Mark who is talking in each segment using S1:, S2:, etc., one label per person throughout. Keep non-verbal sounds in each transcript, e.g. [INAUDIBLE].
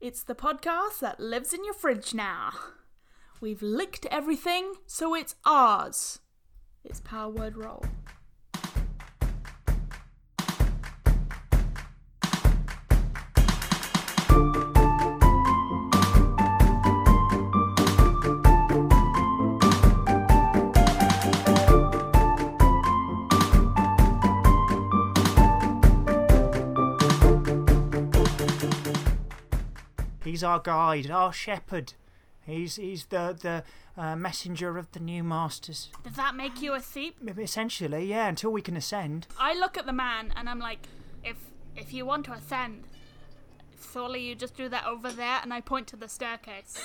S1: It's the podcast that lives in your fridge now. We've licked everything, so it's ours. It's power word roll.
S2: He's our guide, our shepherd. He's he's the the uh, messenger of the new masters.
S1: Does that make you a thief?
S2: Essentially, yeah. Until we can ascend,
S1: I look at the man and I'm like, if if you want to ascend, surely you just do that over there. And I point to the [LAUGHS] staircase.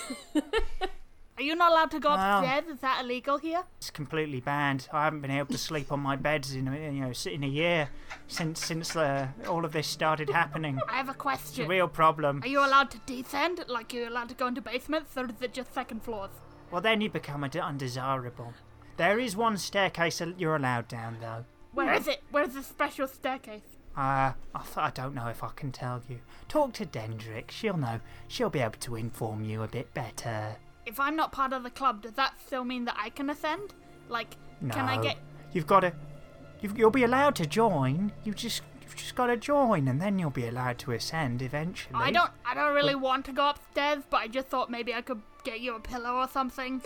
S1: Are you not allowed to go
S2: No.
S1: upstairs? Is that illegal here?
S2: it's completely banned. I haven't been able to sleep on my beds in a- you know s- in a year since since uh, all of this started happening.
S1: I have a question.
S2: Real problem.
S1: Are you allowed to descend? Like you're allowed to go into basements, or is it just second floors?
S2: Well, then you become ad- undesirable. There is one staircase that you're allowed down though.
S1: Where is it? Where's the special staircase?
S2: Uh, I, th- I don't know if I can tell you. Talk to Dendrick. She'll know. She'll be able to inform you a bit better.
S1: If I'm not part of the club, does that still mean that I can ascend? Like, can I
S2: No.
S1: get?
S2: You've got to. You've, you'll be allowed to join. You just. You've just got to join, and then you'll be allowed to ascend eventually.
S1: I don't. I don't really want to go upstairs, but I just thought maybe I could get you a pillow or something.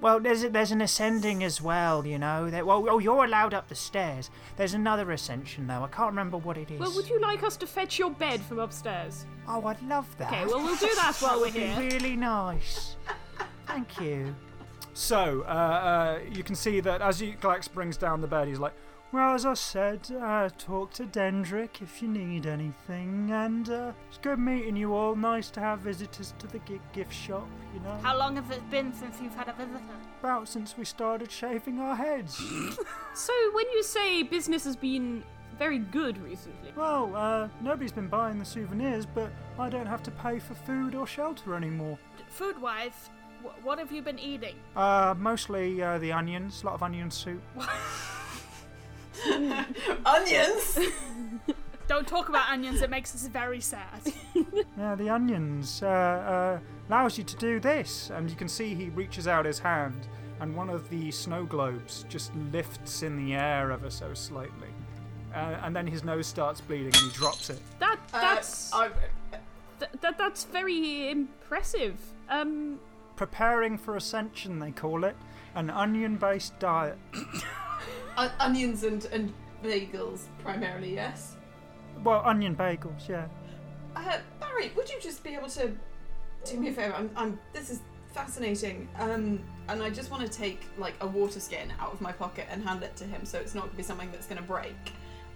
S2: Well, there's a, there's an ascending as well, you know. There, well, oh, you're allowed up the stairs. There's another ascension though. I can't remember what it is.
S3: Well, would you like us to fetch your bed from upstairs?
S2: Oh, I'd love that.
S3: Okay, well, we'll do that
S1: [LAUGHS]
S3: while we're
S2: That'd be
S3: here.
S2: really nice. Thank you.
S4: So, uh, uh, you can see that as you, Glax brings down the bed, he's like,
S2: Well, as I said, uh, talk to Dendrick if you need anything, and uh, it's good meeting you all. Nice to have visitors to the gi- gift shop, you know.
S1: How long has it been since you've had a visitor?
S2: About since we started shaving our heads.
S3: So, when you say business has been very good recently,
S2: well, uh, nobody's been buying the souvenirs, but I don't have to pay for food or shelter anymore.
S1: Food-wise, wh- what have you been eating?
S2: Uh, mostly uh, the onions, a lot of onion soup.
S5: Onions!
S1: Don't talk [LAUGHS] about onions; it makes us very sad.
S2: Yeah, the onions uh, uh, allows you to do this.
S4: and you can see he reaches out his hand, and one of the snow globes just lifts in the air ever so slightly. Uh, and then his nose starts bleeding and he drops it.
S3: that
S5: Uh,
S3: that's
S5: I-
S3: th- that that's very impressive. Um,
S2: Preparing for ascension, they call it, an onion-based diet.
S5: on- uh, onions and, and bagels, primarily, yes.
S2: Well, onion bagels, yeah.
S5: Uh, Barry, would you just be able to do me a favor? I'm, I'm, this is fascinating. Um, and I just want to take like a water skin out of my pocket and hand it to him, so it's not going to be something that's going to break.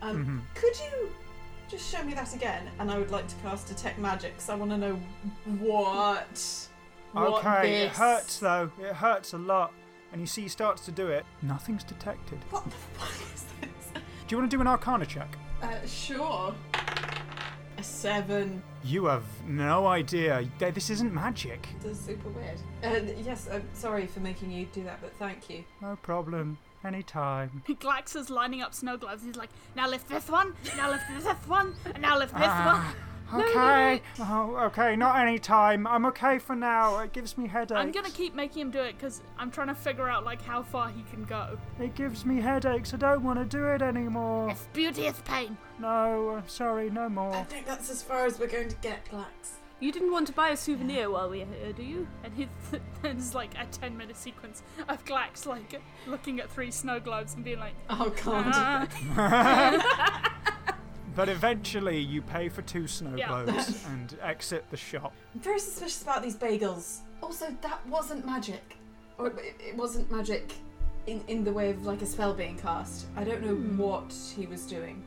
S5: Um,
S2: Mm-hmm.
S5: Could you just show me that again? And I would like to cast detect magic, because I want to know what.
S4: Mm-hmm.
S5: what
S2: okay, it
S5: this-
S2: hurts though.
S4: It hurts a lot, and you see he starts to do it. Nothing's detected.
S5: What the [LAUGHS] fuck is this?
S4: Do you want to do an arcana check?
S5: Uh, sure. A seven.
S4: You have no idea. Th- This isn't magic.
S5: That's super weird. Uh, yes, I'm sorry for making you do that, but thank you.
S2: No problem. Anytime.
S1: [LAUGHS] Glax is lining up snow gloves. He's like, now lift this one, now lift this [LAUGHS] one, and now lift this
S2: Ah, okay. Oh, okay. Not anytime. I'm okay for now. It gives me headaches.
S1: one. I'm gonna keep making him do it because I'm trying to figure out like how far he can go.
S2: It gives me headaches. I don't want to do it anymore.
S1: It's beauteous pain.
S2: No,
S4: uh,
S2: I'm sorry. No
S5: I
S2: more.
S5: think that's as far as we're going to get, Glax.
S3: you didn't want to buy a souvenir while we were here, do
S1: [LAUGHS]
S3: you?
S1: And he, there's like a 10 minute sequence of Glax like looking at three snow globes and being like,
S5: Oh god.
S1: ah.
S4: But eventually, you pay for two snow
S1: Yeah. [LAUGHS]
S4: globes and exit the shop.
S5: I'm very suspicious about these bagels. Also, that wasn't magic. Or it, it wasn't magic in, in the way of like a spell being cast. I don't know what he was doing.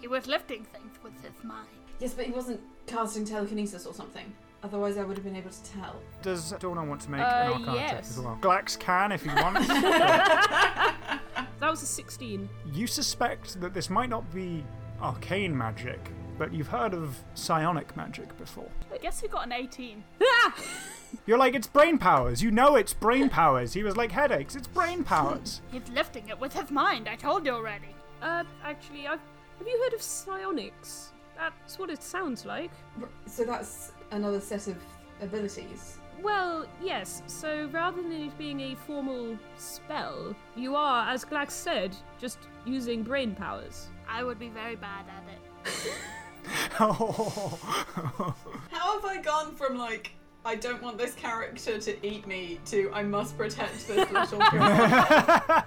S1: he was lifting things with his mind.
S5: Yes, but he wasn't casting telekinesis or something. Otherwise, I would have been able to tell.
S4: Does Dorna want to make
S3: Uh,
S4: an arcana check
S3: yes.
S4: as well? Glax can if he
S1: [LAUGHS]
S4: wants.
S3: That was a sixteen.
S4: you suspect that this might not be arcane magic, but you've heard of psionic magic before.
S1: I guess he got an 18.
S4: You're like, it's brain powers. You know it's brain powers. He was like, headaches. It's brain powers. [LAUGHS]
S1: He's lifting it with his mind, I told you already.
S3: Uh, actually, I've have you heard of psionics? That's what it sounds like.
S5: R- So that's another set of abilities.
S3: Well, yes, so rather than it being a formal spell, you are, as Glax said, just using brain powers.
S1: I would be very bad at it.
S5: How have I gone from like I don't want this character to eat me to I must protect this little girl?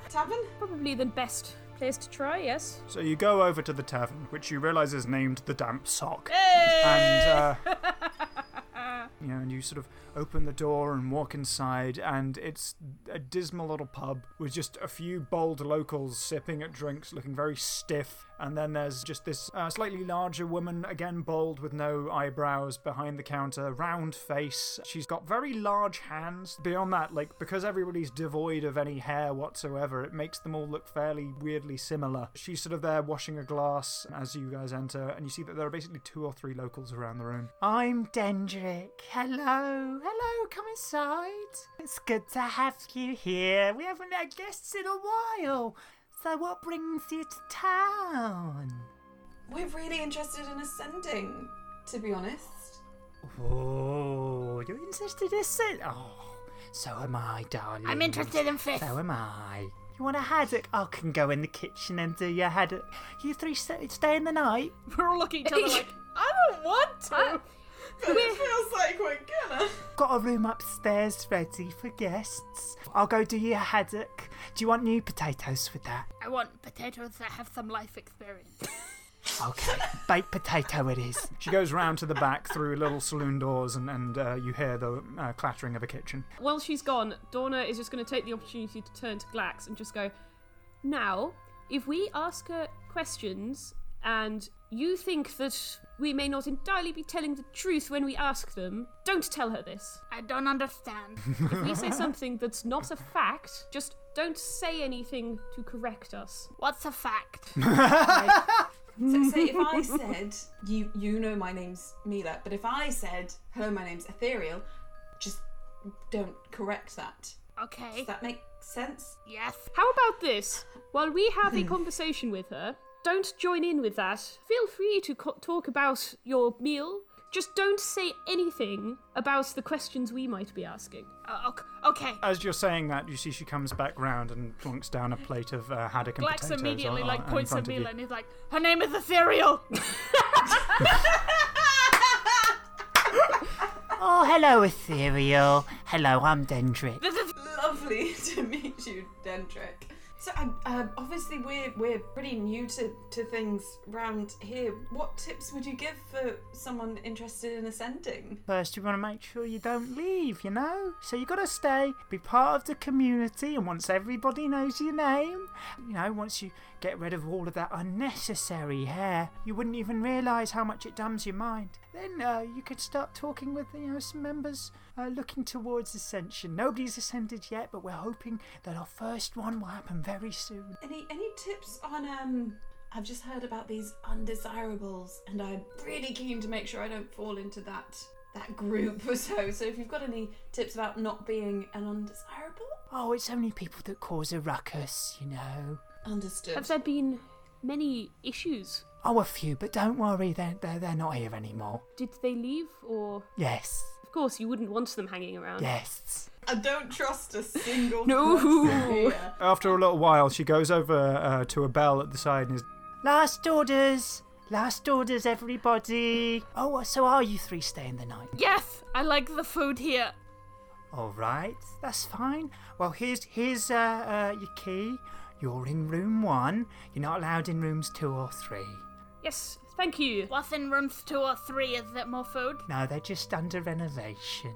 S5: Tavern?
S3: Probably the best place to try, yes?
S2: So you go over to the tavern, which you realise is named the Damp Sock.
S1: Hey!
S2: and uh, you know, and you sort of open the door and walk inside, and it's a dismal little pub with just a few bold locals sipping at drinks, looking very stiff. And then there's just this uh, slightly larger woman, again bold with no eyebrows, behind the counter, round face. She's got very large hands. Beyond that, like because everybody's devoid of any hair whatsoever, it makes them all look fairly weirdly similar. She's sort of there washing a glass as you guys enter, and you see that there are basically two or three locals around the room.
S6: I'm Dendrick. Hello, hello, come inside. It's good to have you here. We haven't had guests in a while. So, what brings you to town?
S5: We're really interested in ascending, to be honest.
S6: Oh, you're interested in sin? Oh, so am I, darling.
S1: I'm interested in fish.
S6: So am I. You want a haddock? I can go in the kitchen and do your haddock. You three st- stay in the night.
S1: [LAUGHS] We're all looking at each other like,
S3: I don't want to!
S5: But it feels like we're gonna.
S6: Got a room upstairs ready for guests. I'll go do your haddock. Do you want new potatoes with that?
S1: I want potatoes that have some life experience.
S6: Okay,
S1: [LAUGHS]
S6: baked potato it is.
S2: She goes round to the back through little saloon doors, and, and uh, you hear the uh, clattering of a kitchen.
S3: While she's gone, Donna is just going to take the opportunity to turn to Glax and just go, Now, if we ask her questions and you think that we may not entirely be telling the truth when we ask them, don't tell her this.
S1: I don't understand.
S3: If we [LAUGHS] say something that's not a fact, just don't say anything to correct us.
S1: What's a fact?
S5: So say if I said you you know my name's Mila, but if I said hello, my name's Ethereal, just don't correct that.
S1: Okay.
S5: Does that make sense?
S1: Yes.
S3: How about this? While we have a conversation with her, don't join in with that. Feel free to co- talk about your meal. Just don't say anything about the questions we might be asking.
S1: Uh, okay.
S2: As you're saying that, you see she comes back round and plonks down a plate of uh, haddock and
S1: Glax
S2: potatoes
S1: immediately
S2: on,
S1: like
S2: on,
S1: points
S2: in
S1: at
S2: front
S1: Mila
S2: of you.
S1: and he's like, her name is Ethereal. [LAUGHS]
S6: Oh, hello, Ethereal. Hello, I'm Dendrick.
S1: this is
S5: Lovely [LAUGHS] to meet you, Dendrick. So um, uh, obviously we're we're pretty new to, to things round here. What tips would you give for someone interested in ascending?
S6: First, you want to make sure you don't leave, you know? So you got to stay, be part of the community, and once everybody knows your name, you know, once you get rid of all of that unnecessary hair, you wouldn't even realise how much it dumbs your mind. Then uh, you could start talking with, you know, some members uh, looking towards ascension. Nobody's ascended yet, but we're hoping that our first one will happen very soon.
S5: Any any tips on um? I've just heard about these undesirables, and I'm really keen to make sure I don't fall into that that group. So so if you've got any tips about not being an undesirable,
S6: Oh, it's only people that cause a ruckus, you know.
S5: understood.
S3: Have there been many issues?
S6: Oh, a few, but don't worry, they're, they're, they're not here anymore.
S3: Did they leave, or
S6: Yes,
S3: of course you wouldn't want them hanging around?
S6: yes.
S5: I don't trust a single.
S3: No.
S5: person here.
S2: After a little while, she goes over uh, to a bell at the side and is
S6: Last orders! Last orders, everybody! Oh, so are you three staying the night?
S1: yes. I like the food here.
S6: Alright, that's fine. Well, here's here's uh, uh, your key. You're in room one. You're not allowed in rooms two or three.
S3: Yes, thank you.
S1: What's in rooms two or three? Is there more food? [LAUGHS]
S6: No, they're just under renovation.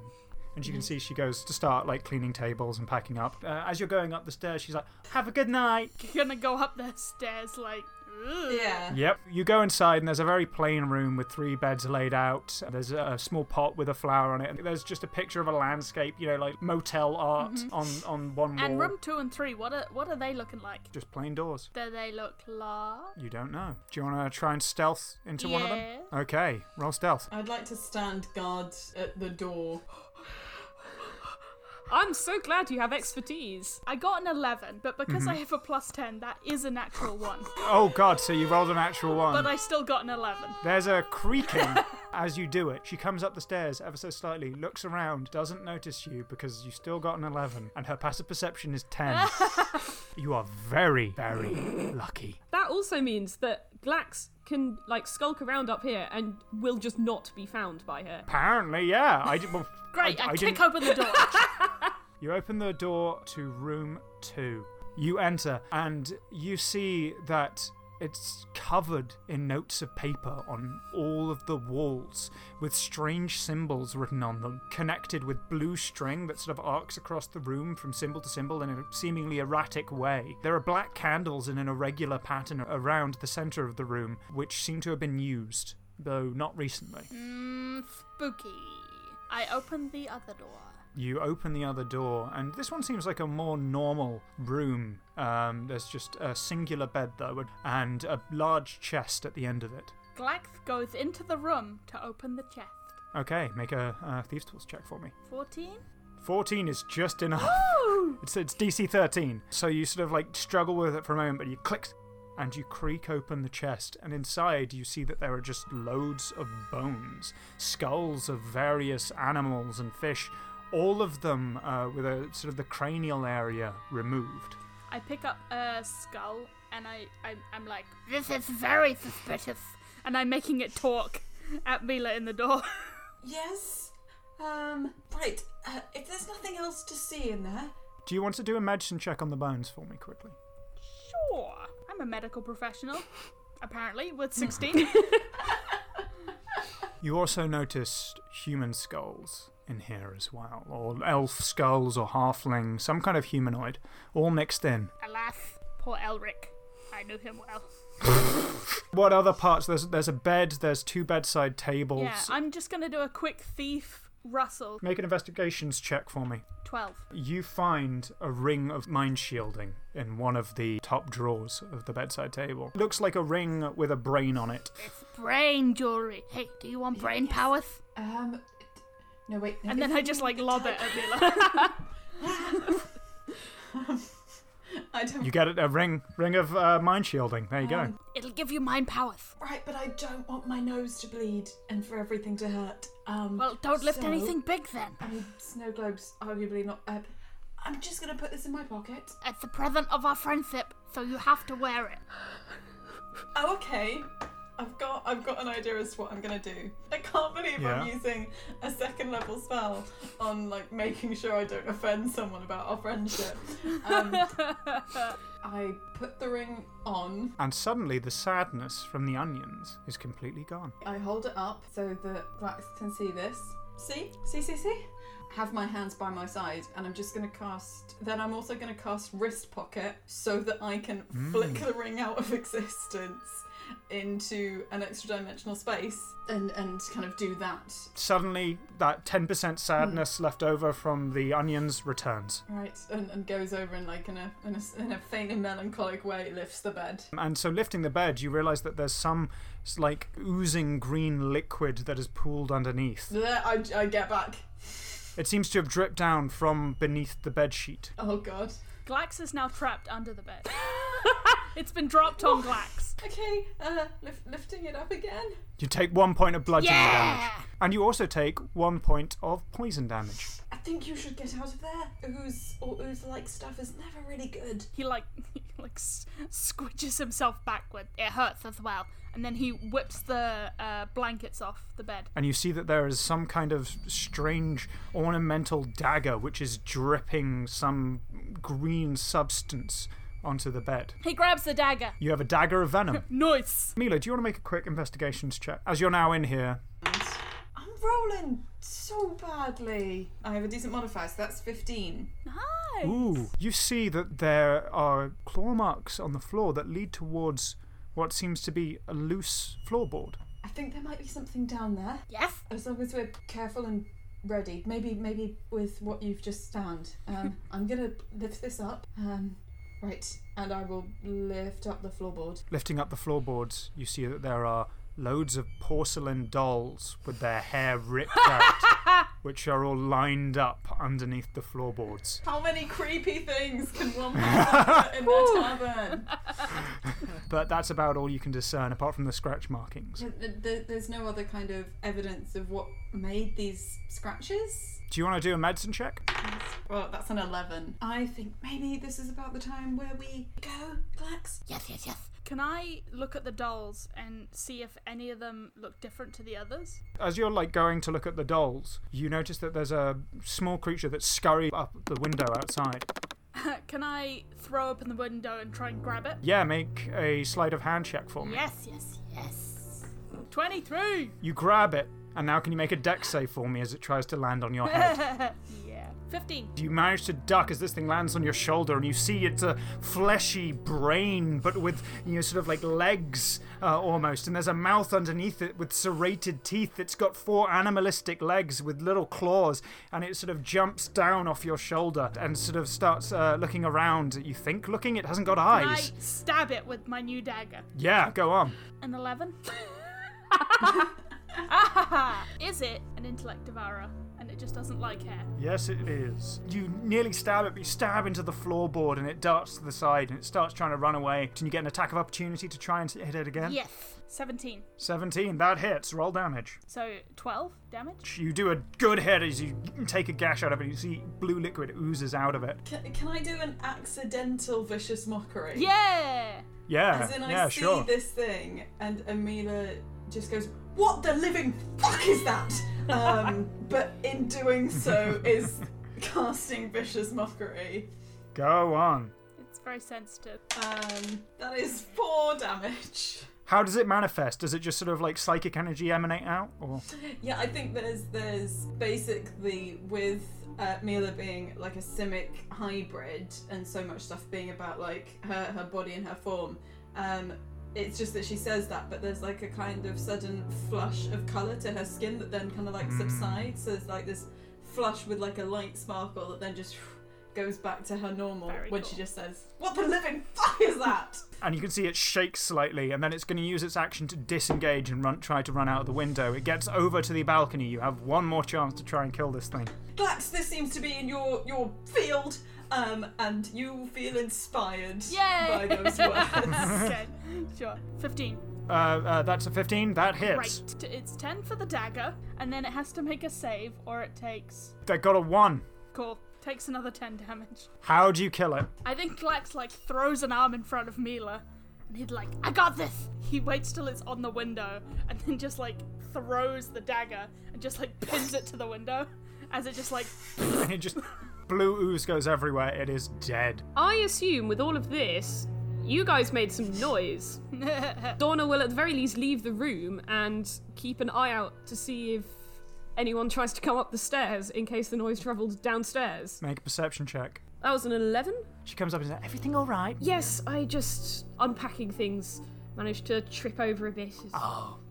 S2: And
S6: Mm.
S2: you can see she goes to start like cleaning tables and packing up. Uh, as you're going up the stairs, she's like,
S6: Have a good night.
S1: You're gonna go up the stairs like. "Ugh."
S5: Yeah.
S2: Yep. You go inside, and there's a very plain room with three beds laid out. There's a, a small pot with a flower on it. And there's just a picture of a landscape, you know, like motel art on, on one wall.
S1: Mm-hmm. And room two and three, what are what are they looking like?
S2: Just plain doors.
S1: Do they look large?
S2: You don't know. Do you want to try and stealth into one of them?
S1: Yeah.
S2: Okay, roll stealth.
S5: I'd like to stand guard at the door.
S3: I'm so glad you have expertise.
S1: I got an 11, but because I have a plus 10, that is a natural one.
S2: Oh god, so you rolled an actual one.
S1: But I still got an 11.
S2: There's
S1: [LAUGHS]
S2: a creaking as you do it. She comes up the stairs ever so slightly, looks around, doesn't notice you because you still got an 11, and her passive perception is 10.
S1: [LAUGHS]
S2: you are very, very lucky.
S3: That also means that Glax can like skulk around up here and will just not be found by her.
S2: Apparently, yeah. I, did, well,
S1: [LAUGHS] Great, I, kick
S2: didn't-
S1: open the door. [LAUGHS]
S2: You open the door to room two. You enter, and you see that it's covered in notes of paper on all of the walls with strange symbols written on them, connected with blue string that sort of arcs across the room from symbol to symbol in a seemingly erratic way. There are black candles in an irregular pattern around the center of the room, which seem to have been used, though not recently.
S1: mm, spooky. I open the other door.
S2: you open the other door, and this one seems like a more normal room. Um, there's just a singular bed, though, and a large chest at the end of it.
S1: Glax goes into the room to open the chest.
S2: Okay, make a uh, Thieves' Tools check for me.
S1: 14?
S2: 14 is just enough. [LAUGHS] It's, it's DC 13. So you sort of like struggle with it for a moment, but you click and you creak open the chest, and inside you see that there are just loads of bones, skulls of various animals and fish, all of them uh, with a sort of the cranial area removed.
S1: I pick up a skull and I, I, I'm like, this is very suspicious. And I'm making it talk at Mila in the door. [LAUGHS]
S5: Yes. Um. Right. Uh, if there's nothing else to see in there,
S2: Do you want to do a medicine check on the bones for me quickly?
S1: sure. I'm a medical professional, apparently, with 16. [LAUGHS]
S2: You also noticed human skulls in here as well, or elf skulls, or halfling, some kind of humanoid, all mixed in.
S1: Alas, poor Elric. I knew him well.
S2: What other parts? There's there's a bed. There's two bedside tables.
S1: Yeah, I'm just gonna do a quick thief Russell.
S2: Make an investigations check for me.
S1: 12.
S2: You find a ring of mind shielding in one of the top drawers of the bedside table. Looks like a ring with a brain on it.
S1: It's brain jewelry. Hey, do you want brain powers?
S5: Um. d- No wait. No,
S1: And then I just like lob it at Mila.
S5: I don't.
S2: You get it, a ring, ring of uh, mind shielding. There you go.
S5: Um,
S1: [LAUGHS] It'll give you mind powers.
S5: Right, but I don't want my nose to bleed and for everything to hurt. Um.
S1: Well, don't lift
S5: so-
S1: anything big then.
S5: I mean, snow globes arguably not. Uh, I'm just gonna put this in my pocket.
S1: It's a present of our friendship, so you have to wear it.
S5: Oh, okay. I've got I've got an idea as to what I'm gonna do. I can't believe I'm
S2: Yeah.
S5: using a second level spell on like making sure I don't offend someone about our friendship. Um, I put the ring on.
S2: And suddenly, the sadness from the onions is completely gone.
S5: I hold it up so that Glax can see this. See, see, see, see. Have my hands by my side, and I'm just gonna cast. Then I'm also gonna cast wrist pocket so that I can flick the ring out of [LAUGHS] existence into an extra dimensional space and and kind of do that.
S2: Suddenly, that 10% sadness left over from the onions returns.
S5: Right, and, and goes over and like in a, in a in a faint and melancholic way lifts the bed.
S2: And so, lifting the bed, you realize that there's some s- like oozing green liquid that has pooled underneath.
S5: Bleh, I, I get back.
S2: It seems to have dripped down from beneath the bed sheet.
S5: Oh god.
S1: Glax is now trapped under the [LAUGHS] bed. it's been dropped on Glax.
S5: Okay, uh, lift, lifting it up again.
S2: You take one point of bludgeoning
S1: Yeah!
S2: damage, and you also take one point of poison damage.
S5: I think you should get out of there. Ooze or ooze like stuff is never really good.
S1: He like he like s- squidges himself backward. It hurts as well. And then he whips the uh, blankets off the bed.
S2: and you see that there is some kind of strange ornamental dagger which is dripping some green substance onto the bed.
S1: He grabs the dagger.
S2: You have a dagger of venom.
S1: [LAUGHS] Nice.
S2: Mila, do you want to make a quick investigations check? As you're now in here,
S5: I'm rolling so badly. I have a decent modifier, so that's 15.
S1: Nice.
S2: ooh, you see that there are claw marks on the floor that lead towards what seems to be a loose floorboard.
S5: I think there might be something down there.
S1: Yes.
S5: As long as we're careful and ready, maybe maybe with what you've just found. Um, I'm gonna lift this up. Um, right, and I will lift up the floorboard.
S2: Lifting up the floorboards, you see that there are loads of porcelain dolls with their hair ripped out, which are all lined up underneath the floorboards.
S5: How many creepy things can one have in their tavern?
S2: But that's about all you can discern, apart from the scratch markings.
S5: Th- th- th- There's no other kind of evidence of what made these scratches.
S2: Do you want to do a medicine check?
S5: Well, that's an 11. I think maybe this is about the time where we go, Glax.
S1: Yes, yes, yes. Can I look at the dolls and see if any of them look different to the others?
S2: As you're like going to look at the dolls, you notice that there's a small creature that scurried up the window outside.
S1: Uh, Can I throw open the window and try and grab it?
S2: Yeah, make a sleight of hand check for me.
S1: Yes, yes, yes. 23!
S2: You grab it, and now can you make a deck save for me as it tries to land on your head?
S1: yeah. 15.
S2: you manage to duck as this thing lands on your shoulder, and you see it's a fleshy brain, but with you know sort of like legs uh, almost, and there's a mouth underneath it with serrated teeth. It's got four animalistic legs with little claws, and it sort of jumps down off your shoulder and sort of starts uh, looking around. You think looking? It hasn't got
S1: I
S2: eyes.
S1: stab it with my new dagger.
S2: Yeah, go on.
S1: An 11? [LAUGHS] Is it an intellect devourer and it just doesn't like hair?
S2: Yes, it is. You nearly stab it, but you stab into the floorboard and it darts to the side and it starts trying to run away. Can you get an attack of opportunity to try and hit it again?
S1: Yes. 17.
S2: 17, that hits. Roll damage.
S1: So 12 damage?
S2: You do a good hit as you take a gash out of it and you see blue liquid oozes out of it.
S5: Can, can I do an accidental vicious mockery?
S1: Yeah!
S2: Yeah,
S5: As in, I
S2: yeah,
S5: see
S2: sure.
S5: this thing, and Amila just goes, "What the living fuck is that?" Um, but in doing so, is casting vicious mockery.
S2: Go on.
S1: It's very sensitive.
S5: Um, that is four damage.
S2: How does it manifest? Does it just sort of like psychic energy emanate out? Or
S5: Yeah, I think there's there's basically with uh, Mila being like a simic hybrid, and so much stuff being about like her her body and her form. Um, it's just that she says that, but there's like a kind of sudden flush of color to her skin that then kind of like
S1: Mm.
S5: subsides. So it's like this flush with like a light sparkle that then just goes back to her normal
S1: Very
S5: when
S1: cool.
S5: she just says, "What the living fuck is that?"
S2: and you can see it shakes slightly, and then it's going to use its action to disengage and run, try to run out of the window. It gets over to the balcony. You have one more chance to try and kill this thing.
S5: Glax, this seems to be in your your field, um, and you feel inspired
S1: Yay!
S5: by
S3: [LAUGHS]
S5: those
S1: [LAUGHS]
S5: words.
S1: okay, sure. 15.
S2: Uh, uh, that's a 15. That hits.
S1: Right. T- It's 10 for the dagger, and then it has to make a save, or it takes.
S2: They got a 1.
S1: Cool. Takes another 10 damage.
S2: How do you kill it?
S1: I think Glax, like, throws an arm in front of Mila, and he's like, I got this! He waits till it's on the window, and then just, like, throws the dagger, and just, like, pins it to the window, as it just, like,
S2: And it just. [LAUGHS] Blue ooze goes everywhere. It is dead.
S3: I assume with all of this, you guys made some [LAUGHS] noise. Donna will at the very least leave the room and keep an eye out to see if anyone tries to come up the stairs in case the noise travels downstairs.
S2: Make a perception check.
S3: That was an 11?
S2: She comes up and says, Everything all right?
S3: Yes, I just, unpacking things, managed to trip over a bit. It's,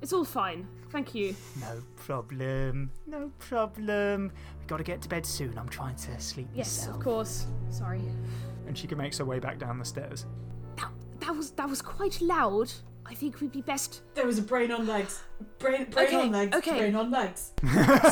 S3: it's all fine. Thank you.
S6: No problem. No problem. We gotta get to bed soon. I'm trying to sleep
S3: Yes,
S6: myself.
S3: of course. Sorry.
S2: And she makes her way back down the stairs.
S3: That, that was that was quite loud. I think we'd be best
S5: There was a brain on legs. Brain, brain
S3: Okay,
S5: on legs.
S3: okay.
S5: Brain on legs.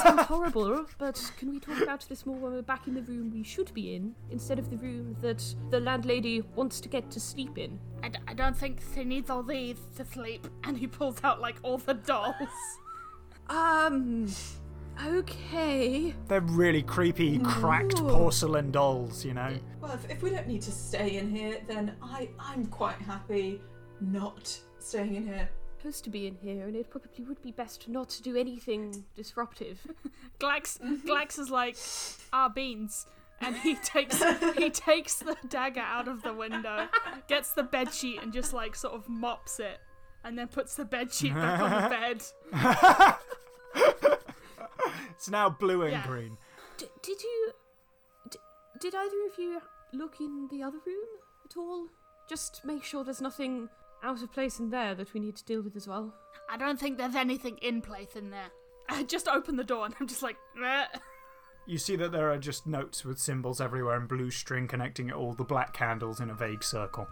S3: sound horrible, but can we talk about this more when we're back in the room we should be in, instead of the room that the landlady wants to get to sleep in?
S1: I, d- I don't think she needs all these to sleep. And he pulls out like all the dolls. [LAUGHS]
S3: Um. Okay.
S2: They're really creepy, cracked
S3: Ooh.
S2: porcelain dolls, you know?
S5: Well, if, if we don't need to stay in here, then I I'm quite happy not staying in here.
S3: Supposed to be in here, and it probably would be best not to do anything disruptive.
S1: [LAUGHS] Glax, Glax is like, ah beans, and he takes he takes the dagger out of the window, gets the bed sheet and just like sort of mops it, and then puts the bed sheet back on the bed.
S2: [LAUGHS] It's now blue and
S1: Yeah.
S2: green.
S3: D- did you? D- did either of you look in the other room at all? Just make sure there's nothing out of place in there that we need to deal with as well.
S1: I don't think there's anything in place in there. I just open the door and I'm just like, "Meh."
S2: You see that there are just notes with symbols everywhere and blue string connecting it all, the black candles in a vague circle.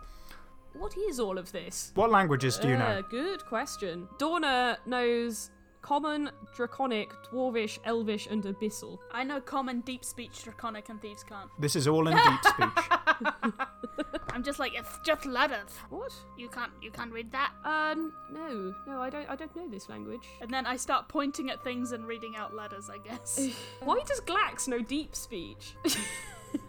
S3: What is all of this?
S2: What languages do you know?
S3: Uh, good question. Dorna knows common, draconic, dwarvish, elvish, and abyssal.
S1: I know common deep speech, draconic, and thieves can't.
S2: This is all in
S1: [LAUGHS]
S2: deep speech.
S1: I'm just like it's just letters.
S3: What?
S1: You can't you can't read that.
S3: Um, no, no, I don't. I don't know this language.
S1: And then I start pointing at things and reading out letters. I [LAUGHS] guess
S3: Why does Glax know deep speech? [LAUGHS]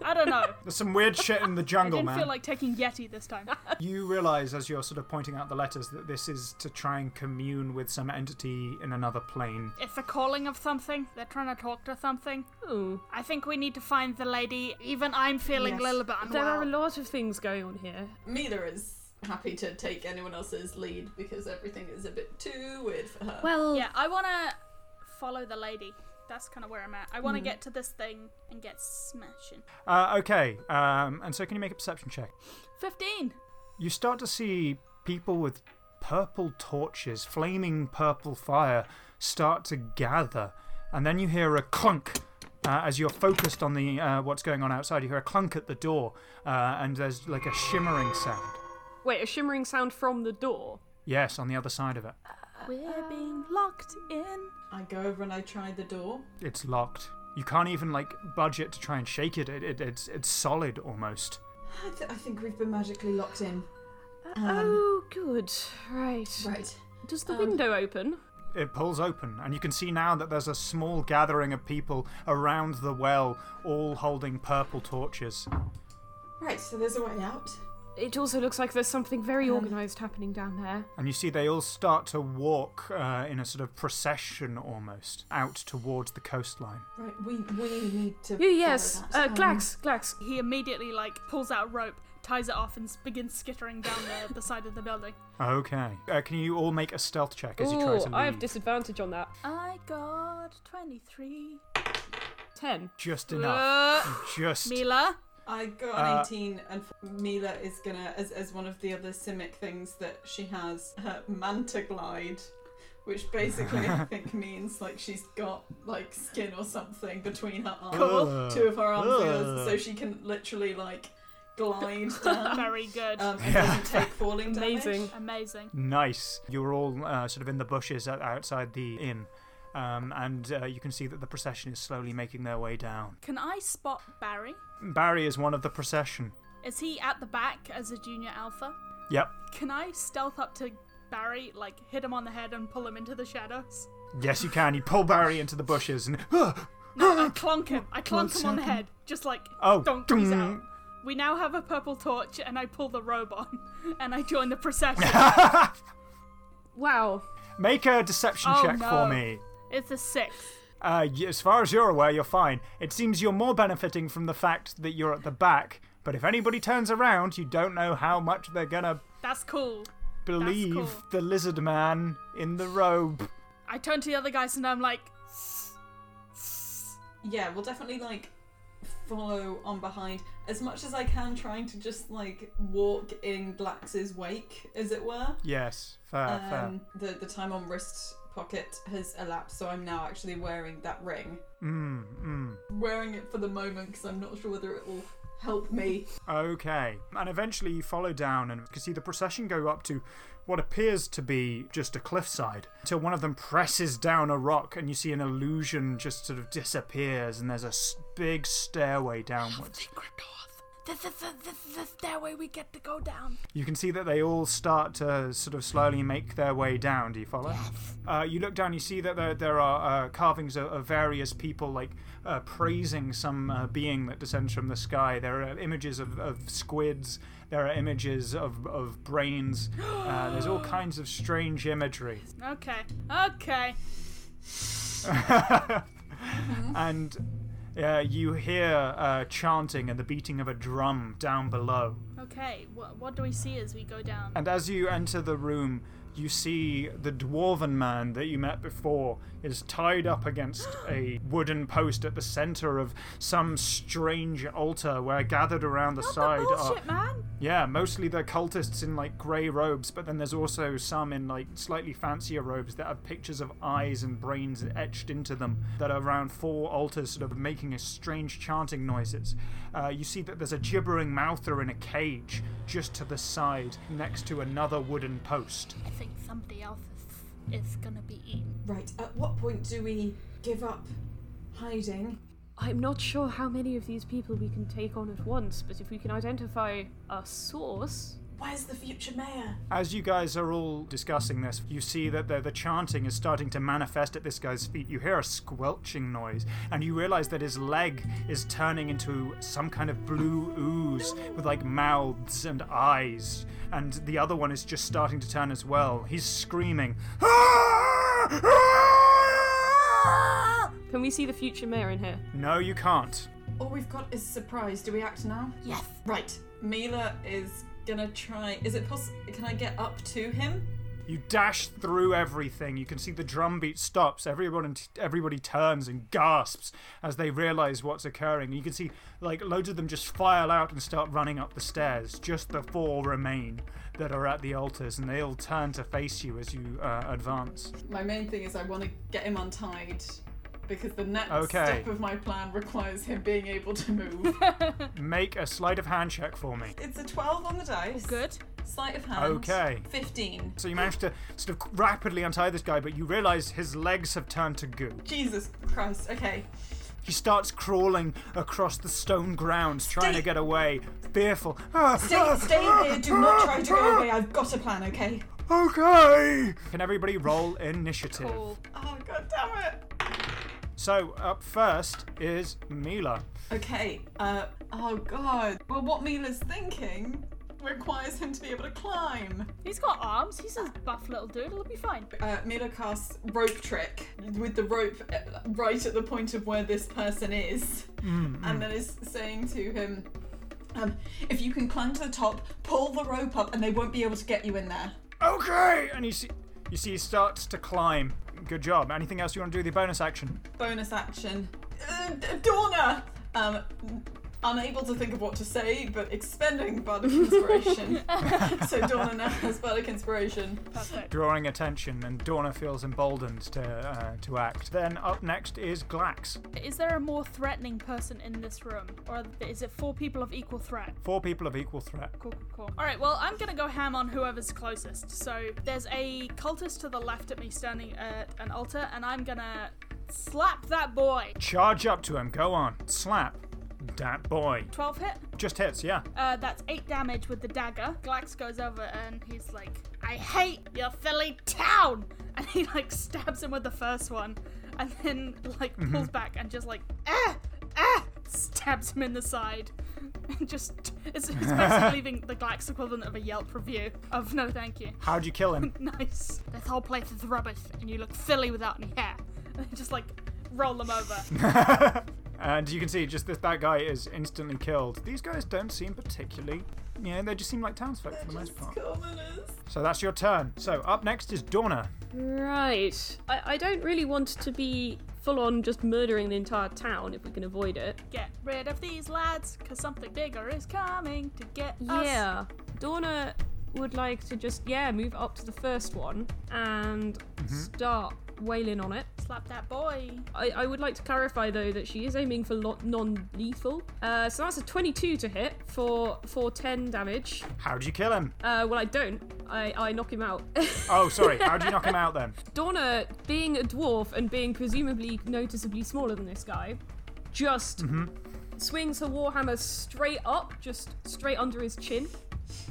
S1: I don't know.
S2: There's some weird shit in the
S1: I
S2: jungle,
S1: didn't
S2: man.
S1: feel like taking Yeti this time.
S2: you realize as you're sort of pointing out the letters that this is to try and commune with some entity in another plane.
S1: [LAUGHS] it's the calling of something. They're trying to talk to something.
S3: oh,
S1: I think we need to find the lady. Even I'm feeling
S5: Yes.
S1: a little bit
S3: there are a
S1: unwell.
S3: lot of things going on here.
S5: Mila is happy to take anyone else's lead because everything is a bit too weird for her.
S3: Well,
S1: yeah, I want to follow the lady. That's kind of where I'm at. I
S2: Hmm.
S1: want to get to this thing and get smashing.
S2: Uh, okay, um, and so can you make a perception check?
S1: 15.
S2: You start to see people with purple torches, flaming purple fire, start to gather, and then you hear a clunk. Uh, as you're focused on the uh, what's going on outside, you hear a clunk at the door, uh, and there's like a shimmering sound.
S3: wait, a shimmering sound from the door. Uh,
S2: Yes, on the other side of it,
S1: We're being locked in.
S5: I go over and I try the door.
S2: it's locked. You can't even like budge it to try and shake it. it, it it's it's solid almost.
S5: I, th- I think we've been magically locked in.
S3: oh, good. Right.
S5: Right.
S3: Does the
S5: um,
S3: window open?
S2: It pulls open, and you can see now that there's a small gathering of people around the well, all holding purple torches.
S5: Right, so there's a way out.
S3: It also looks like there's something very
S5: Um,
S3: organised happening down there.
S2: And you see they all start to walk uh, in a sort of procession almost out towards the coastline.
S5: Right, we we need to.
S3: Yeah, yes.
S5: follow
S3: Uh,
S5: that. Um,
S3: Glax, Glax.
S1: He immediately like pulls out a rope, ties it off, and s- begins skittering down the, the side of the building.
S2: Okay. Uh, can you all make a stealth check as you try to
S3: Ooh,
S2: leave?
S3: I have disadvantage on that.
S1: I got 23.
S3: Ten.
S2: Just enough. You Just.
S1: Mila,
S5: I got an
S2: Uh,
S5: 18, and f- Mila is gonna, as, as one of the other Simic things that she has, her manta glide, which
S2: [LAUGHS]
S5: basically I think means like she's got like skin or something between her arms.
S2: Cool.
S5: Two of her arms, are
S2: Ugh.
S5: so she can literally like
S3: [LAUGHS]
S5: glide
S1: [LAUGHS]
S5: down.
S1: very good.
S5: Um, and doesn't take falling damage.
S3: Amazing.
S1: Amazing.
S2: Nice. You're all uh, sort of in the bushes out- outside the inn. Um, and uh, you can see that the procession is slowly making their way down.
S1: Can I spot Barry?
S2: Barry is one of the procession.
S1: Is he at the back as a junior alpha?
S2: Yep.
S1: Can I stealth up to Barry, like hit him on the head and pull him into the shadows?
S2: Yes, you can. You pull Barry into the bushes and. [GASPS]
S1: No, I clonk him. I clonk
S2: What's
S1: him on the head.
S2: happened?
S1: Just like,
S2: Oh,
S1: don't he's
S2: dung.
S1: out. We now have a purple torch, and I pull the robe on, [LAUGHS] and I join the procession.
S3: Wow.
S2: [LAUGHS] Make a deception
S1: Oh,
S2: check
S1: no.
S2: for me.
S1: it's a six.
S2: Uh, y- as far as you're aware, you're fine. It seems you're more benefiting from the fact that you're at the back, but if anybody turns around, you don't know how much they're gonna
S1: That's cool.
S2: believe
S1: cool.
S2: the lizard man in the robe.
S1: I turn to the other guys, and I'm like,
S5: Yeah, we'll definitely like follow on behind as much as I can, trying to just like walk in Glax's wake, as it were.
S2: Yes, fair, fair.
S5: um, the the time on wrist pocket has elapsed, so I'm now actually wearing that ring.
S2: Mm, mm.
S5: Wearing it for the moment because I'm not sure whether it will help me.
S2: Okay. And eventually you follow down and can see the procession go up to what appears to be just a cliffside until one of them presses down a rock and you see an illusion just sort of disappears and there's a s- big stairway downwards.
S1: secret doors. This is the, this is the stairway we get to go down.
S2: You can see that they all start to sort of slowly make their way down. Do you follow? Uh, you look down, you see that there, there are uh, carvings of, of various people, like uh, praising some uh, being that descends from the sky. There are images of, of squids, there are images of, of brains, uh, there's all kinds of strange imagery.
S1: Okay. Okay.
S2: [LAUGHS] and uh, you hear uh, chanting and the beating of a drum down below.
S1: Okay. What, what do we see as we go down?
S2: And as you enter the room, you see the dwarven man that you met before is tied up against a wooden post at the center of some strange altar where gathered around the side are
S1: Bullshit, Oh, man.
S2: yeah, mostly the cultists in like grey robes, but then there's also some in like slightly fancier robes that have pictures of eyes and brains etched into them that are around four altars, sort of making a strange chanting noises. Uh, you see that there's a gibbering mouther in a cage just to the side next to another wooden post.
S1: I think somebody else is, is gonna be eaten.
S5: Right, at what point do we give up hiding?
S3: I'm not sure how many of these people we can take on at once, but if we can identify a source.
S5: Where's the future mayor?
S2: As you guys are all discussing this, you see that the, the chanting is starting to manifest at this guy's feet. You hear a squelching noise, and you realize that his leg is turning into some kind of blue ooze with like mouths and eyes, and the other one is just starting to turn as well. He's screaming. "Ah!
S3: Can we see the future mayor in here?
S2: No, you can't.
S5: [LAUGHS] All we've got is surprise. Do we act now?
S1: Yes.
S5: Right, Mila is gonna try. Is it possible? Can I get up to him?
S2: You dash through everything. You can see the drumbeat stops. Everyone everybody turns and gasps as they realize what's occurring. You can see like loads of them just file out and start running up the stairs. Just the four remain that are at the altars, and they all turn to face you as you uh, advance.
S5: My main thing is I want to get him untied because the next
S2: Okay.
S5: step of my plan requires him being able to move.
S2: Make a sleight of hand check for me.
S5: it's a 12 on the dice.
S1: Good.
S5: Sleight of hand.
S2: Okay.
S5: 15.
S2: So you manage to sort of rapidly untie this guy, but you realize his legs have turned to goo.
S5: Jesus Christ. Okay.
S2: [LAUGHS] He starts crawling across the stone grounds, trying
S5: Stay-
S2: to get away, fearful. Ah,
S5: Stay,
S2: ah,
S5: stay
S2: ah,
S5: here. Do not
S2: ah,
S5: try to
S2: ah.
S5: go away. I've got a plan, okay?
S2: Okay. Can everybody roll initiative?
S1: Cool.
S5: Oh, god damn it.
S2: So up first is Mila.
S5: Okay. Uh, oh, God. Well, what Mila's thinking requires him to be able to climb.
S1: He's got arms. He's a buff little dude. It'll be fine.
S5: Uh, Mila casts rope trick with the rope uh, right at the point of where this person is, and then is saying to him, um, "If you can climb to the top, pull the rope up, and they won't be able to get you in there."
S2: Okay. And you see, you see, he starts to climb. Good job. Anything else you want to do? The bonus action.
S5: Bonus action, uh, D- Dorna. Um, unable to think of what to say, but expending bardic inspiration. so Dorna now has bardic inspiration.
S1: Perfect.
S2: Drawing attention, and Dorna feels emboldened to uh, to act. Then up next is Glax.
S1: Is there a more threatening person in this room, or is it four people of equal threat?
S2: Four people of equal threat.
S1: Cool, cool, cool. All right, well, I'm gonna go ham on whoever's closest. So there's a cultist to the left at me standing at an altar, and I'm gonna slap that boy.
S2: Charge up to him. Go on. Slap. That boy.
S1: 12 hit.
S2: Just hits. Yeah.
S1: Uh, that's 8 damage with the dagger. Glax goes over and he's like, I hate your Philly town! [LAUGHS] And he like stabs him with the first one and then like pulls back and just like, ah, ah, stabs him in the side. [LAUGHS] And just, it's, it's basically the, the Glax equivalent of a Yelp review of no thank you. [LAUGHS]
S2: How'd you kill him? [LAUGHS]
S1: Nice. This whole place is rubbish and you look silly without any hair. [LAUGHS] And just like roll them over.
S2: and you can see just this that guy is instantly killed. These guys don't seem particularly. Yeah, they just seem like townsfolk for the most part.
S5: Commoners.
S2: So that's your turn. So up next is Dorna.
S3: Right. I, I don't really want to be full on just murdering the entire town if we can avoid it.
S1: Get rid of these lads, cause something bigger is coming to get us.
S3: Yeah. Dorna would like to just, yeah, move up to the first one and start wailing on it.
S1: Slap that boy.
S3: I, I would like to clarify though that she is aiming for lo- non-lethal. Uh, so that's a 22 to hit for for 10 damage.
S2: How'd you kill him?
S3: Uh, well, I don't. I, I knock him out. [LAUGHS]
S2: Oh, sorry. How'd you knock him out then? [LAUGHS]
S3: Donna, being a dwarf and being presumably noticeably smaller than this guy, just
S2: Mm-hmm.
S3: swings her warhammer straight up, just straight under his chin,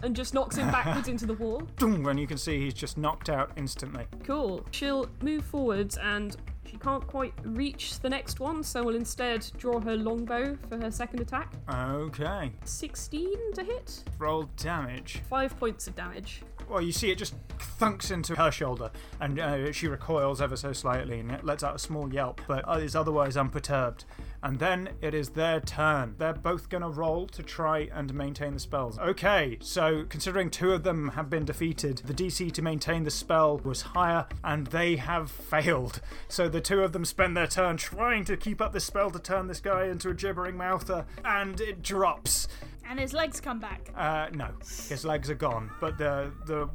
S3: and just knocks him backwards into the wall.
S2: Dung, And you can see he's just knocked out instantly.
S3: Cool. She'll move forwards and she can't quite reach the next one, so we'll instead draw her longbow for her second attack.
S2: Okay.
S3: 16 to hit.
S2: Roll damage.
S3: Five points of damage.
S2: Well, you see it just thunks into her shoulder, and uh, she recoils ever so slightly and it lets out a small yelp, but is otherwise unperturbed. and then it is their turn. They're both going to roll to try and maintain the spells. Okay, so considering two of them have been defeated, the DC to maintain the spell was higher, and they have [LAUGHS] failed. So the two of them spend their turn trying to keep up the spell to turn this guy into a gibbering mouther, and it drops.
S1: And his legs come back. [LAUGHS]
S2: Uh, no, his legs are gone, but the the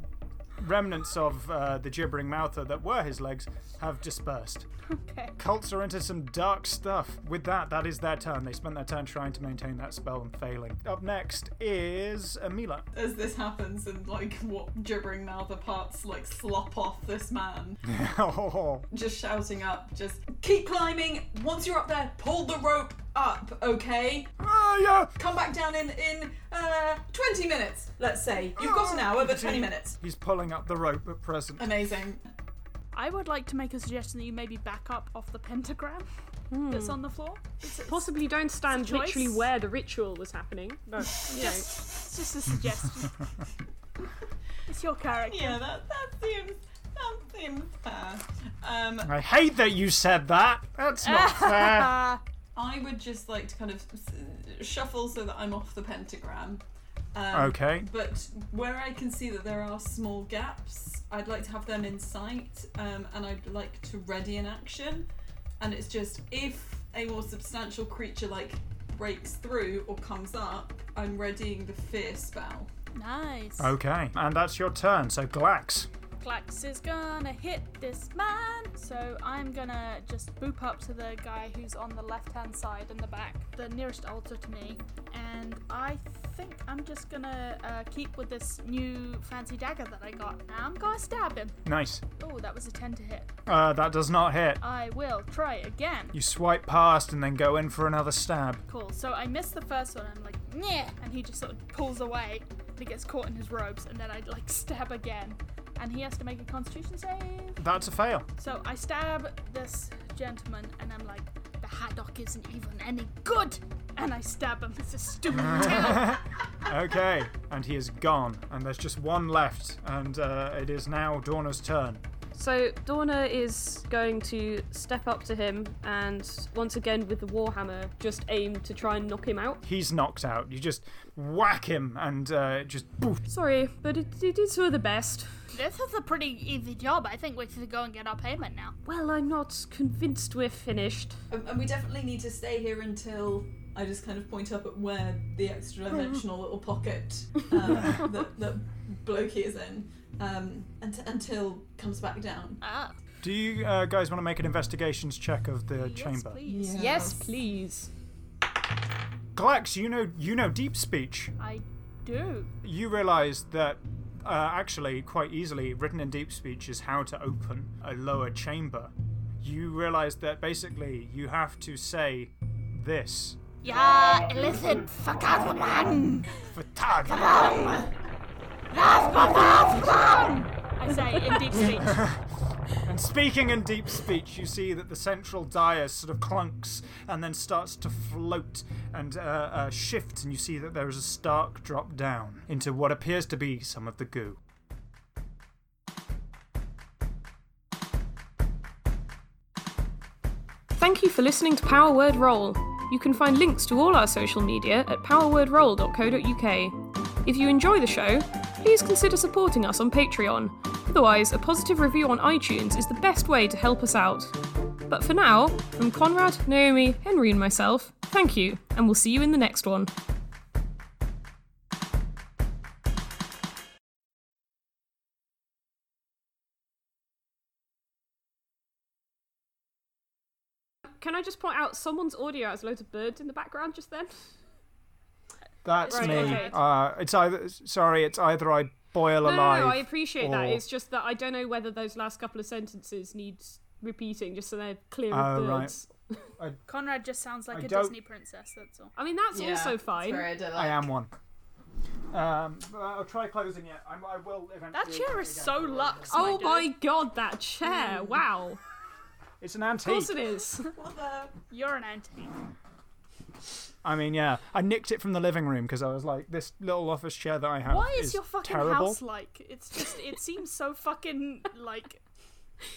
S2: remnants of uh, the gibbering mouther that were his legs have dispersed.
S1: Okay.
S2: Cults are into some dark stuff. With that, that is their turn. They spent their turn trying to maintain that spell and failing. Up next is Amila. [LAUGHS]
S5: As this happens, and like what gibbering mouth parts like slop off this man,
S2: oh,
S5: just shouting up, just keep climbing. Once you're up there, pull the rope up, okay?
S2: Ah, yeah.
S5: Come back down in in uh, 20 minutes, let's say. You've got an hour, but 20 minutes.
S2: He's pulling up the rope at present.
S5: Amazing.
S1: I would like to make a suggestion that you maybe back up off the pentagram that's on the floor.
S3: Possibly don't stand
S1: It's a choice.
S3: literally where the ritual was happening. No, you know.
S1: It's just a suggestion. it's your character.
S5: Yeah, that, that seems that seems fair. Um,
S2: I hate that you said that. That's not fair.
S1: Uh,
S5: I would just like to kind of s- shuffle so that I'm off the pentagram. Um,
S2: Okay.
S5: But where I can see that there are small gaps, I'd like to have them in sight, um, and I'd like to ready an action. And it's just if a more substantial creature like breaks through or comes up, I'm readying the fear spell.
S1: nice.
S2: Okay. And that's your turn. So Glax.
S1: Clax is gonna hit this man. So I'm gonna just boop up to the guy who's on the left hand side in the back, the nearest altar to me. And I think I'm just gonna uh, keep with this new fancy dagger that I got. And I'm gonna stab him.
S2: Nice.
S1: Oh, that was a 10 to hit.
S2: Uh, that does not hit.
S1: I will try again.
S2: You swipe past and then go in for another stab.
S1: Cool. So I missed the first one. I'm like, yeah, and he just sort of pulls away. And he gets caught in his robes, and then I like [LAUGHS] stab again, and he has to make a Constitution save.
S2: That's a fail.
S1: So I stab this gentleman, and I'm like, the haddock isn't even any good, and I stab him. It's a stupid tail.
S2: Okay, and he is gone, and there's just one left, and uh, it is now Dorna's turn.
S3: So Dorna is going to step up to him and once again with the warhammer just aim to try and knock him out.
S2: He's knocked out. You just whack him, and uh, just poof.
S3: Sorry, but it, it is for the best.
S1: this is a pretty easy job. I think we should go and get our payment now.
S3: Well, I'm not convinced we're finished.
S5: Um, and we definitely need to stay here until I just kind of point up at where the extra dimensional little pocket um, that, that Blokey is in um, unt- until comes back down.
S1: Ah,
S2: Do you uh, guys want to make an investigations check of the
S1: yes,
S2: chamber?
S1: please.
S3: please.
S2: Glax, you know, you know deep speech.
S1: I do.
S2: You realise that. Uh, actually, quite easily, written in deep speech is how to open a lower chamber. You realize that basically you have to say this
S1: Yeah, listen, fuck out, man.
S2: for tag.
S1: I say in deep speech.
S2: And speaking in deep speech, you see that the central dais sort of clunks and then starts to float and uh, uh, shift, and you see that there is a stark drop down into what appears to be some of the goo.
S3: Thank you for listening to Power Word Roll. You can find links to all our social media at powerwordroll.co.uk. If you enjoy the show, please consider supporting us on Patreon. Otherwise, a positive review on iTunes is the best way to help us out. But for now, from Conrad, Naomi, Henry, and myself, thank you, and we'll see you in the next one. Can I just point out someone's audio has loads of birds in the background just then?
S2: That's
S3: Right,
S2: me.
S3: okay.
S2: Uh, it's either sorry, it's either I boil
S3: No, no,
S2: alive. Oh.
S3: no, I appreciate that.
S2: or-
S3: It's just that I don't know whether those last couple of sentences need repeating, just so they're clear
S2: Oh,
S3: of
S2: right.
S3: words.
S1: Conrad just sounds like
S2: I
S1: a
S2: don't-
S1: Disney princess. That's all.
S3: I mean, that's also fine.
S2: I am one. Um, but I'll try closing it. I, I will eventually.
S1: That chair is
S2: again.
S1: so luxe.
S3: oh
S1: dude.
S3: my god, that chair!
S5: Mm.
S3: Wow,
S2: It's an
S3: of
S2: antique.
S3: course it
S5: [LAUGHS]
S3: is.
S5: What the?
S1: You're an antique.
S2: I mean, yeah, I nicked it from the living room because I was like, this little office chair that I have.
S1: Why is, your fucking
S2: terrible.
S1: house like? It's just it seems so fucking like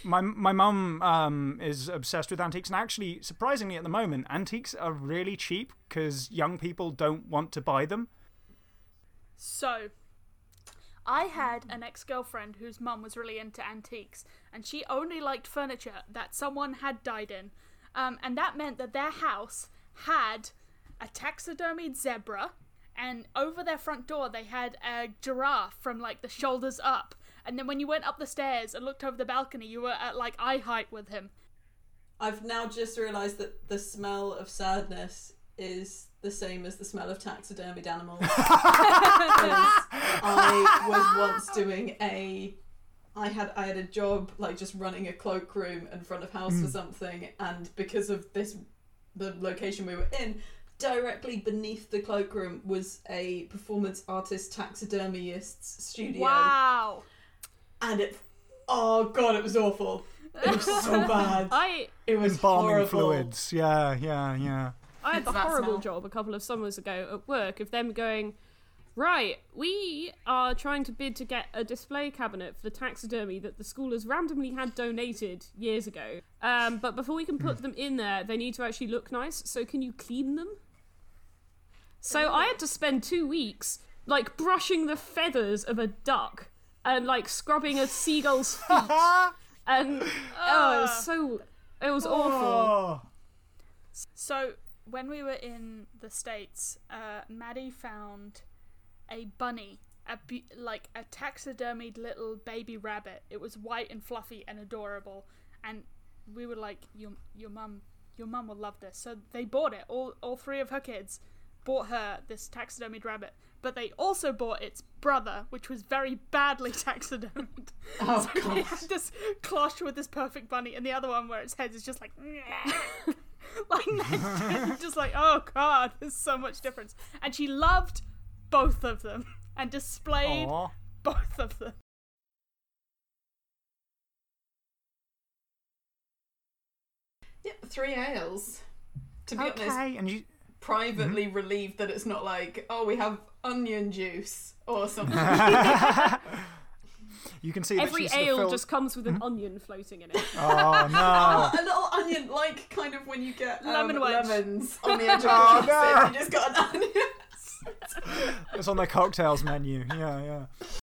S2: my my mum um, is obsessed with antiques, and actually, surprisingly, at the moment, antiques are really cheap because young people don't want to buy them.
S1: So, I had an ex girlfriend whose mum was really into antiques, and she only liked furniture that someone had died in. Um, and that meant that their house had a taxidermied zebra, and over their front door, they had a giraffe from like the shoulders up. And then when you went up the stairs and looked over the balcony, you were at like eye height with him.
S5: I've now just realised that the smell of sadness is the same as the smell of taxidermied animals. 'Cause I was once doing a I had I had a job like just running a cloakroom in front of house for something and because of this the location we were in, directly beneath the cloakroom was a performance artist taxidermist's studio.
S1: Wow.
S5: And it oh god, it was awful. It was so bad.
S3: I
S5: It was
S2: Embalming
S5: horrible.
S2: fluids. Yeah, yeah, yeah.
S3: I had the
S5: It's that
S3: horrible
S5: smell.
S3: job a couple of summers ago at work of them going, right, we are trying to bid to get a display cabinet for the taxidermy that the school has randomly had donated years ago. Um, but before we can put
S5: Mm.
S3: them in there, they need to actually look nice. So can you clean them? So I had to spend two weeks like brushing the feathers of a duck and like scrubbing a
S5: [LAUGHS]
S3: seagull's feet. and oh, it was so it was awful.
S2: Oh,
S1: So when we were in the states, uh, Maddie found a bunny, a bu- like a taxidermied little baby rabbit. It was white and fluffy and adorable, and we were like, "Your your mum, your mum will love this." So they bought it. All all three of her kids bought her this taxidermied rabbit, but they also bought its brother, which was very badly [LAUGHS] taxidermied. [LAUGHS]
S5: Oh
S1: They
S5: god.
S1: had this clash with this perfect bunny, and the other one where its head is just like, [LAUGHS] like next to it, [LAUGHS] just like, oh god, there's so much difference. And she loved both of them and displayed
S2: aw.
S1: both of them.
S5: Yep, three ales. To be honest,
S2: Okay, and
S3: [LAUGHS]
S2: you. [LAUGHS]
S5: privately
S2: Mm-hmm.
S5: relieved that it's not like, oh, we have onion juice
S2: [LAUGHS]
S5: or something.
S2: You can see
S3: Every
S2: that she's
S3: ale
S2: fulfilled-
S3: just comes with an onion floating in it.
S2: Oh no!
S5: a little onion, like kind of when you get um,
S1: Lemon wedge.
S5: lemons
S2: [LAUGHS]
S5: on the edge of
S2: Oh,
S5: a pizza,
S2: no.
S5: you just got an onion.
S2: It's on their cocktails menu. Yeah, yeah.